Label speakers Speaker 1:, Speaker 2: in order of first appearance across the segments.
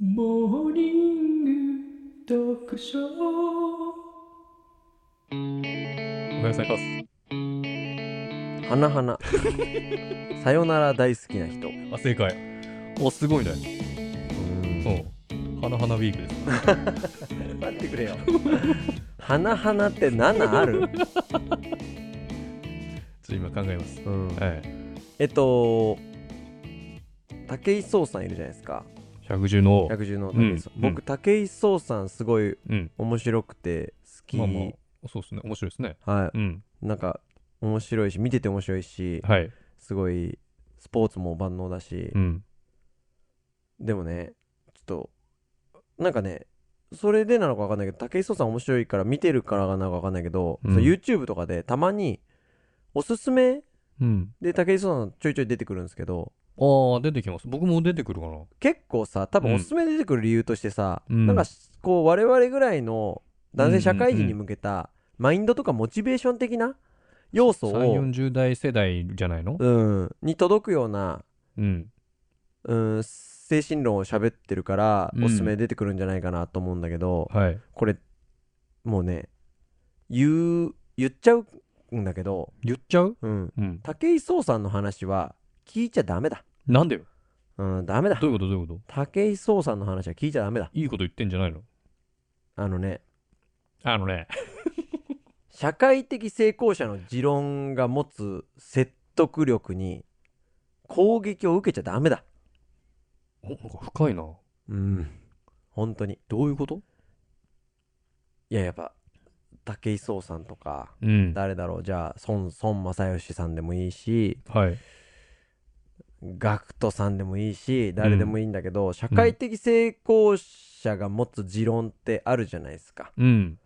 Speaker 1: モーニング読書
Speaker 2: おはようございます。
Speaker 3: はなはな。さよなら大好きな人。
Speaker 2: あ、正解。お、すごいね。うん。花花ウィークです。
Speaker 3: 待ってくれよ。はなはなって7あ る、
Speaker 2: ちょっと今考えます。
Speaker 3: うん、
Speaker 2: はい。
Speaker 3: えっと、武井壮さんいるじゃないですか。
Speaker 2: 百獣の王。
Speaker 3: 百獣の武井壮、
Speaker 2: うんうん
Speaker 3: 僕、武井壮さんすごい
Speaker 2: うん。
Speaker 3: 面白くて好き。
Speaker 2: まあまあ、そうですね。面白いですね。
Speaker 3: は
Speaker 2: うん。
Speaker 3: い。なんか、面白いし、見てて面白いし、
Speaker 2: はい。
Speaker 3: すごい、スポーツも万能だし
Speaker 2: う、ん。
Speaker 3: でもね、ちょっと、なんかね、それでなのか分かんないけど、武井壮さん面白いから見てるからなのか分かんないけど、
Speaker 2: うん
Speaker 3: そう YouTube とかでたまに、おすすめ
Speaker 2: うん。
Speaker 3: で武井壮さんちょいちょい出てくるんですけど、
Speaker 2: ああ、出てきます。僕も出てくるかな。
Speaker 3: 結構さ、多
Speaker 2: う
Speaker 3: 分
Speaker 2: ん
Speaker 3: おすすめで出てくる理由としてさ、
Speaker 2: うん
Speaker 3: なんかこう我々ぐらいの男性社会
Speaker 2: うんうんう
Speaker 3: 人
Speaker 2: ん
Speaker 3: に向けたマインドとかモチベーション的な要素
Speaker 2: 3、
Speaker 3: を、
Speaker 2: 40代世代じゃないの
Speaker 3: うん、に届くような、
Speaker 2: うん。
Speaker 3: うん、精神論を喋ってるから、
Speaker 2: うん
Speaker 3: おすすめ出てくるんじゃないかなと思うんだけど、
Speaker 2: はい。
Speaker 3: これもうね言う言っちゃうんだけど、
Speaker 2: 言っちゃう
Speaker 3: うん、
Speaker 2: うん。
Speaker 3: 武井壮さんの話は聞いちゃダメだ、
Speaker 2: なんでよ
Speaker 3: うん、ダメだ
Speaker 2: どういうことどういうこと
Speaker 3: 武井壮さんの話は聞いちゃダメだ
Speaker 2: いいこと言ってんじゃないの
Speaker 3: あのね
Speaker 2: あのね。
Speaker 3: 社会的成功者の持論が持つ説得力に攻撃を受けちゃダメだ
Speaker 2: お、なんか深いな。
Speaker 3: うん本当に
Speaker 2: どういうこと
Speaker 3: いややっぱ武井壮さんとか
Speaker 2: うん。
Speaker 3: 誰だろうじゃあ孫孫正義さんでもいいし
Speaker 2: はい。
Speaker 3: ガクトさんでもいいし誰でもいいんだけど、社会的成功者が持つ持論ってあるじゃないですか、
Speaker 2: うん。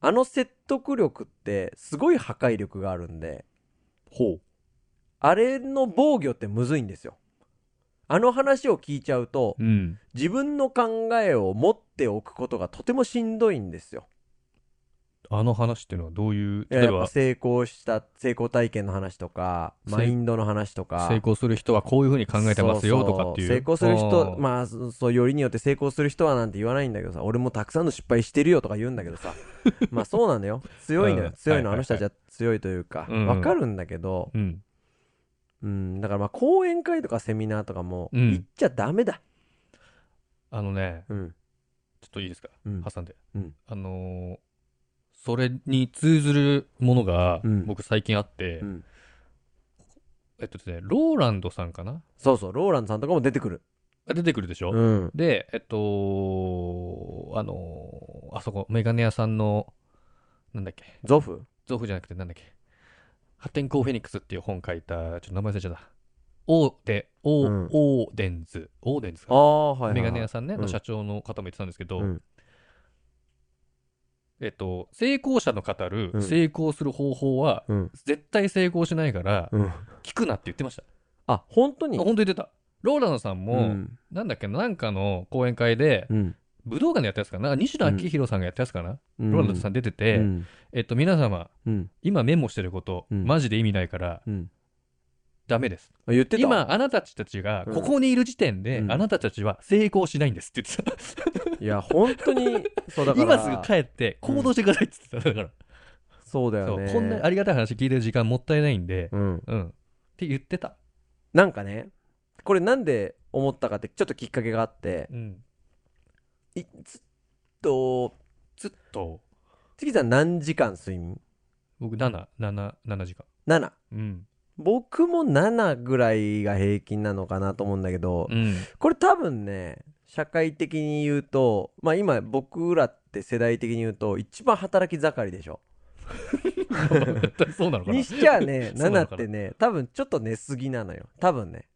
Speaker 3: あの説得力ってすごい破壊力があるんで
Speaker 2: ほう。
Speaker 3: あれの防御ってむずいんですよあの話を聞いちゃうと
Speaker 2: うん。
Speaker 3: 自分の考えを持っておくことがとてもしんどいんですよ
Speaker 2: あの話っていうのはどういう、
Speaker 3: い
Speaker 2: 例
Speaker 3: や
Speaker 2: え
Speaker 3: やっぱ
Speaker 2: ば、
Speaker 3: 成功した成功体験の話とか
Speaker 2: 成
Speaker 3: マインドの話とか
Speaker 2: 成功する人はこういうふうに考えてますよ
Speaker 3: そ
Speaker 2: と
Speaker 3: そ
Speaker 2: かっていう。
Speaker 3: 成功する人
Speaker 2: あ
Speaker 3: まあそそうよりによって成功する人はなんて言わないんだけどさ俺もたくさんの失敗してるよとか言うんだけど さまあそうなんだよ強いのよ、
Speaker 2: うん
Speaker 3: 強いの、
Speaker 2: はいはいはい
Speaker 3: あの人たちは強いというか、
Speaker 2: うん
Speaker 3: わかるんだけど
Speaker 2: ー。、うん。
Speaker 3: うん、だからまあ講演会とかセミナーとかも
Speaker 2: うん
Speaker 3: 行っちゃダメだ
Speaker 2: あのね、
Speaker 3: うん
Speaker 2: ちょっといいですか
Speaker 3: うん
Speaker 2: 挟んで。
Speaker 3: うん
Speaker 2: あのーそれに通ずるものが
Speaker 3: うん、
Speaker 2: 僕最近あって、
Speaker 3: うん
Speaker 2: えっとですね、ローランドさんかな
Speaker 3: そうそうローランドさんとかも出てくる
Speaker 2: あ出てくるでしょ、
Speaker 3: うん
Speaker 2: で、えっと、あのーあそこ、メガネ屋さんの、なんだっけ、
Speaker 3: ゾフ
Speaker 2: ゾフじゃなくてなんだっけ、破天荒フェニックスっていう本書いた、ちょっと名前忘れちゃった。オーデ、オー、
Speaker 3: うん
Speaker 2: オーデンズ、オーデンズか
Speaker 3: あ
Speaker 2: な
Speaker 3: あはいはい、はい、
Speaker 2: メガネ屋さんね、
Speaker 3: う
Speaker 2: の
Speaker 3: ん
Speaker 2: 社長の方も言ってたんですけど、
Speaker 3: うん
Speaker 2: えっと、成功者の語
Speaker 3: う
Speaker 2: る
Speaker 3: ん
Speaker 2: 成功する方法は、
Speaker 3: うん
Speaker 2: 絶対成功しないから、
Speaker 3: うん
Speaker 2: 聞くなって言ってました。
Speaker 3: あ本当に
Speaker 2: あ本当言ってた。ローランさんも、
Speaker 3: うん
Speaker 2: なんだっけな、なんかの講演会で、
Speaker 3: うん
Speaker 2: 武道館でやったやつかな西田明宏さんがやったやつかな、
Speaker 3: うん
Speaker 2: ローランドさん出て
Speaker 3: う
Speaker 2: て、
Speaker 3: ん
Speaker 2: えっと、皆様、
Speaker 3: うん
Speaker 2: 今メモしてること、
Speaker 3: うん
Speaker 2: マジで意味ないから、
Speaker 3: うん
Speaker 2: ダメです。
Speaker 3: あ言ってた
Speaker 2: 今、あなたたちが、
Speaker 3: うん
Speaker 2: ここにいる時点で、
Speaker 3: うん
Speaker 2: あなたたちは成功しないんですって言って
Speaker 3: いや本当にそうだ
Speaker 2: た。
Speaker 3: か
Speaker 2: 今
Speaker 3: ら
Speaker 2: すぐ帰って、行動してくださいって言ってた。だか
Speaker 3: そうだ
Speaker 2: ら、
Speaker 3: よ
Speaker 2: そう
Speaker 3: ね
Speaker 2: こんなありがたい話聞いてる時間もったいないんで、
Speaker 3: うん、
Speaker 2: うん、って言ってた。
Speaker 3: なんかねこれなんで思ったかってちょっときっかけがあって
Speaker 2: うん。
Speaker 3: いずっと
Speaker 2: ずっと、
Speaker 3: 月さん何時間睡眠
Speaker 2: 僕、7、7、7時間。
Speaker 3: ?7
Speaker 2: うん。
Speaker 3: 僕も7ぐらいが平均なのかなと思うんだけど、
Speaker 2: うん。
Speaker 3: これ多分ね社会的に言うとまあ今僕らって世代的に言うと一番働き盛りでしょ
Speaker 2: そうなのかな
Speaker 3: にしちゃあね
Speaker 2: そうな
Speaker 3: 7
Speaker 2: のかな
Speaker 3: ってね多分ちょっと寝すぎなのよ多分ね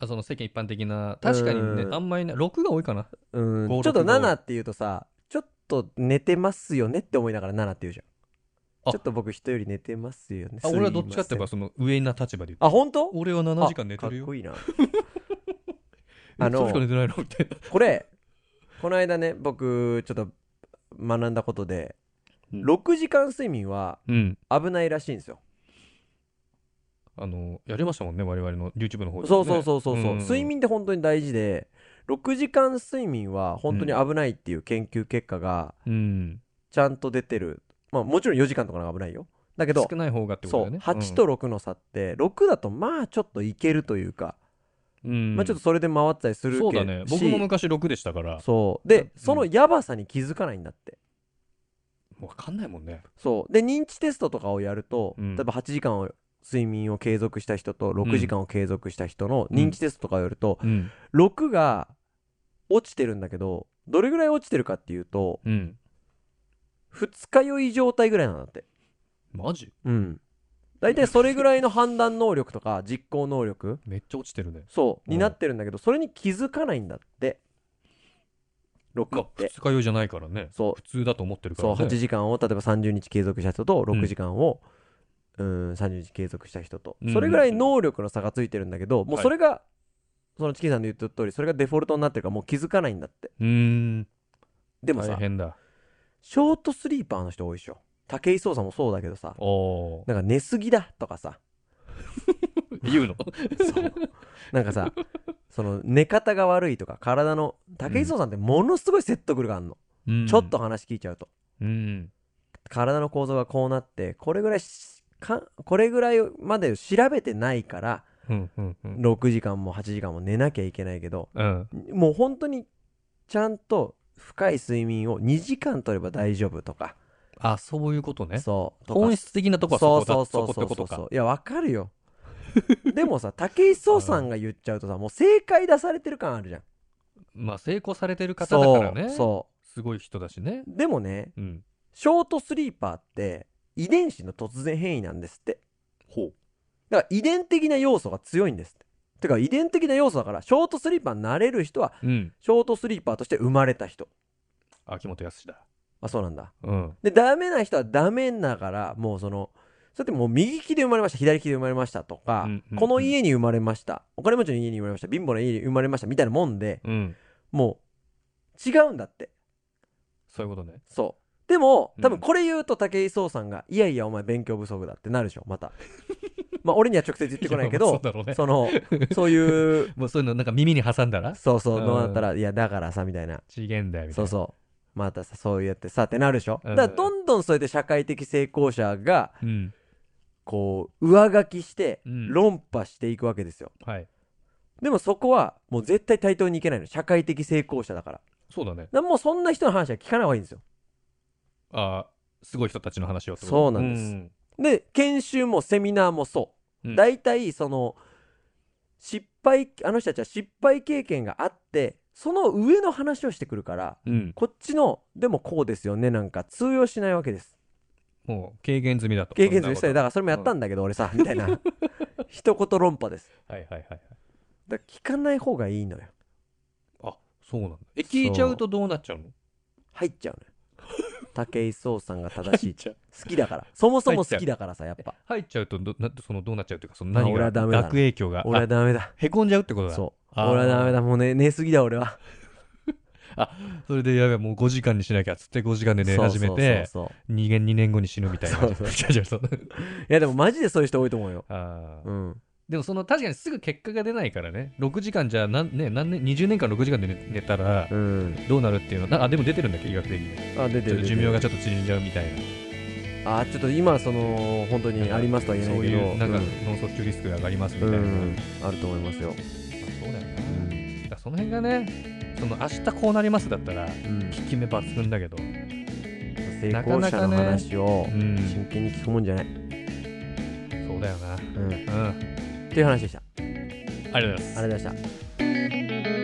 Speaker 2: あその世間一般的な、確かにね
Speaker 3: う、ん
Speaker 2: あんまりな、6が多いかな。
Speaker 3: うん
Speaker 2: 5
Speaker 3: ちょっと
Speaker 2: 6が多い
Speaker 3: 7って言うとさちょっと寝てますよねって思いながら7って言うじゃん
Speaker 2: あ
Speaker 3: ちょっと僕人より寝てますよね
Speaker 2: あ俺はどっちかって言えば
Speaker 3: すい
Speaker 2: その上な立場で言って
Speaker 3: ませんあ本当
Speaker 2: 俺は7時間寝てる
Speaker 3: あかっ
Speaker 2: よ
Speaker 3: こい いな
Speaker 2: え
Speaker 3: あの
Speaker 2: それしか寝てないのみたいな
Speaker 3: これこの間ね僕ちょっと学んだことで
Speaker 2: うん
Speaker 3: 6時間睡眠は
Speaker 2: うん
Speaker 3: 危ないらしいんですよ
Speaker 2: あのやりましたもんね我々の YouTube の方で、ね、
Speaker 3: そうそうそうそうそう
Speaker 2: うん
Speaker 3: 睡眠って本当に大事で6時間睡眠は本当に危ないっていう研究結果が
Speaker 2: うん。
Speaker 3: ちゃんと出てる、まあ、もちろん4時間とかの方が危ないよだけど
Speaker 2: 少ない方がってこと
Speaker 3: そ
Speaker 2: だよ
Speaker 3: う
Speaker 2: ね。
Speaker 3: 8と6の差って6だとまあちょっといけるというか、
Speaker 2: うん、うん
Speaker 3: まあちょっとそれで回ったりするけ
Speaker 2: そうだね。僕
Speaker 3: し
Speaker 2: も昔6でしたから、
Speaker 3: そ
Speaker 2: うん
Speaker 3: うでそのやばさに気づかないんだって
Speaker 2: わかんないもんね。
Speaker 3: そうで認知テストとかをやると、
Speaker 2: うん
Speaker 3: 例えば8時間を睡眠を継続した人と6時間を継続した人の認知テストとかをやると、
Speaker 2: うん。
Speaker 3: 6が落ちてるんだけどどれぐらい落ちてるかっていうと
Speaker 2: うん。
Speaker 3: 二日酔い状態ぐらいなんだって
Speaker 2: マジ
Speaker 3: うん大体それぐらいの判断能力 とか実行能力
Speaker 2: めっちゃ落ちてるね。
Speaker 3: そ
Speaker 2: う
Speaker 3: う
Speaker 2: ん
Speaker 3: になってるんだけどそれに気づかないんだって
Speaker 2: ま
Speaker 3: 6
Speaker 2: あ
Speaker 3: っ、
Speaker 2: 二
Speaker 3: て
Speaker 2: 日酔いじゃないからね。
Speaker 3: そう
Speaker 2: 普通だと思ってるか
Speaker 3: そう
Speaker 2: らね。
Speaker 3: 8時間を例えば30日継続した人と
Speaker 2: うん
Speaker 3: 6時間をうーん30日継続した人と
Speaker 2: うん
Speaker 3: それぐらい能力の差がついてるんだけどもう
Speaker 2: はい
Speaker 3: それがそのチキンさんの言った通りそれがデフォルトになってるからもう気づかないんだって
Speaker 2: うーん。
Speaker 3: でも
Speaker 2: 大
Speaker 3: さ
Speaker 2: 変だ。
Speaker 3: ショートスリーパーの人多いでしょ武井壮さんもそうだけどさ
Speaker 2: おー
Speaker 3: なんか寝すぎだとかさ
Speaker 2: 言うの
Speaker 3: そうなんかさ その寝方が悪いとか体の武井壮さんってものすごい説得力あんの、
Speaker 2: うん
Speaker 3: ちょっと。話聞いちゃうと
Speaker 2: うん。
Speaker 3: 体の構造がこうなってこれぐらいしかこれぐらいまで調べてないから
Speaker 2: うん。うん。うん。
Speaker 3: 6時間も8時間も寝なきゃいけないけど
Speaker 2: うん。
Speaker 3: もう本当にちゃんと深い睡眠を2時間取れば大丈夫とか
Speaker 2: あ、そういうことね。
Speaker 3: そうとか
Speaker 2: 本質的なとこはそこだそこってこと
Speaker 3: そ
Speaker 2: か。
Speaker 3: いやわかるよでもさ武井壮さんが言っちゃうとさもう正解出されてる感あるじゃん
Speaker 2: まあ、成功されてる方だからね。
Speaker 3: そうそ
Speaker 2: すごい人だしね。
Speaker 3: うでもね
Speaker 2: うん。
Speaker 3: ショートスリーパーって遺伝子の突然変異なんですって
Speaker 2: ほう。
Speaker 3: だから遺伝的な要素が強いんですっててか遺伝的な要素だからショートスリーパーになれる人は
Speaker 2: うん。
Speaker 3: ショートスリーパーとして生まれた人
Speaker 2: 秋元康だ。
Speaker 3: あそうなんだ
Speaker 2: うん。
Speaker 3: でダメな人はダメだからもうそのそれってもう右利きで生まれました左利きで生まれましたとか、
Speaker 2: うんうんうん
Speaker 3: この家に生まれましたお金持ちの家に生まれました貧乏な家に生まれましたみたいなもんで
Speaker 2: うん。
Speaker 3: もう違うんだって
Speaker 2: そういうことね。
Speaker 3: そうでも多
Speaker 2: う
Speaker 3: 分
Speaker 2: ん
Speaker 3: これ言うと武井壮さんが「いやいやお前勉強不足だ」ってなるでしょまた まあ俺には直接言ってこないけ
Speaker 2: やまあ
Speaker 3: ど
Speaker 2: そうだろうね。
Speaker 3: そのそういう
Speaker 2: もうそういうのなんか耳に挟んだら
Speaker 3: そうそう、
Speaker 2: うん
Speaker 3: どうなったら、いや、だからさ、みたいな。
Speaker 2: 違えんだよみたい
Speaker 3: そう
Speaker 2: な。
Speaker 3: そう。またさ、そうやってさ、ってなるでしょ、
Speaker 2: うん
Speaker 3: だから、どんどんそうやって社会的成功者が、
Speaker 2: う。うん。
Speaker 3: こう、上書きして、
Speaker 2: うん
Speaker 3: 論破していくわけですよ。
Speaker 2: はい。
Speaker 3: でもそこは、もう絶対対等にいけないの。社会的成功者だから。だか
Speaker 2: そうだね。
Speaker 3: らもうそんな人の話は聞かない方がいいんですよ。
Speaker 2: あーすごい人たちの話をってこと
Speaker 3: そうなんですで、研修もセミナーもそ
Speaker 2: うん
Speaker 3: う。大体、その、失敗、あの人たちは失敗経験があって、その上の話をしてくるから、
Speaker 2: うん。
Speaker 3: こっちの、でもこうですよね、なんか通用しないわけです。
Speaker 2: もう経験済みだと。
Speaker 3: 経験済みし
Speaker 2: そ
Speaker 3: た
Speaker 2: んな
Speaker 3: いだからそれもやったんだけど、俺さみたいな一言論破です
Speaker 2: こと。はいはいはいはい。
Speaker 3: だから聞かない方がいいのよ
Speaker 2: あ、そうなんだ。え、聞いちゃうとどうなっちゃうの
Speaker 3: 入っちゃうのよ武井壮さんが正しい
Speaker 2: ちゃう。
Speaker 3: 好きだからそもそも好きだからさやっぱ
Speaker 2: 入っちゃうとど、なそのどうなっちゃうというか、その何
Speaker 3: あ俺
Speaker 2: が
Speaker 3: はダメだな
Speaker 2: 悪影響が。
Speaker 3: 俺は
Speaker 2: あ
Speaker 3: ダメだ
Speaker 2: へこんじゃうってことだ。
Speaker 3: そう
Speaker 2: あー
Speaker 3: 俺はダメだもうね寝すぎだ俺は
Speaker 2: それで、やべえ、もう5時間にしなきゃっつって5時間で寝
Speaker 3: そう
Speaker 2: 始めて、
Speaker 3: そうそう
Speaker 2: 2年、2年後に死ぬみたいな。
Speaker 3: そうそう
Speaker 2: 違う違う そう
Speaker 3: そういやでもマジでそういう人多いと思うよ
Speaker 2: あー
Speaker 3: うん
Speaker 2: でもその確かにすぐ結果が出ないからね6時間じゃなん、ね、何年20年間6時間で寝寝たら
Speaker 3: うん
Speaker 2: どうなるっていうのはなあでも出てるんだっけ医学的に
Speaker 3: あ出
Speaker 2: ち
Speaker 3: て
Speaker 2: ょっと寿
Speaker 3: る出てる
Speaker 2: 命がちょっと縮んじゃうみたいな
Speaker 3: あちょっと今その本当にありますとは言えな
Speaker 2: そ
Speaker 3: いうけど
Speaker 2: いうなんか
Speaker 3: うん
Speaker 2: 脳卒中リスクが上がりますみた
Speaker 3: う
Speaker 2: いな、
Speaker 3: んあると思いますよ
Speaker 2: まあそうだよな、
Speaker 3: う
Speaker 2: だ
Speaker 3: ん
Speaker 2: からその辺がねその明日こうなりますだったら効
Speaker 3: うん
Speaker 2: き目抜群だけど、
Speaker 3: 成
Speaker 2: なか
Speaker 3: 功
Speaker 2: な
Speaker 3: 者
Speaker 2: かね
Speaker 3: の話を
Speaker 2: うん、
Speaker 3: 真剣に聞くもんじゃない
Speaker 2: そうだよな
Speaker 3: うん
Speaker 2: うんあり
Speaker 3: っていう話でした。
Speaker 2: がとうございます
Speaker 3: ありがとうございました。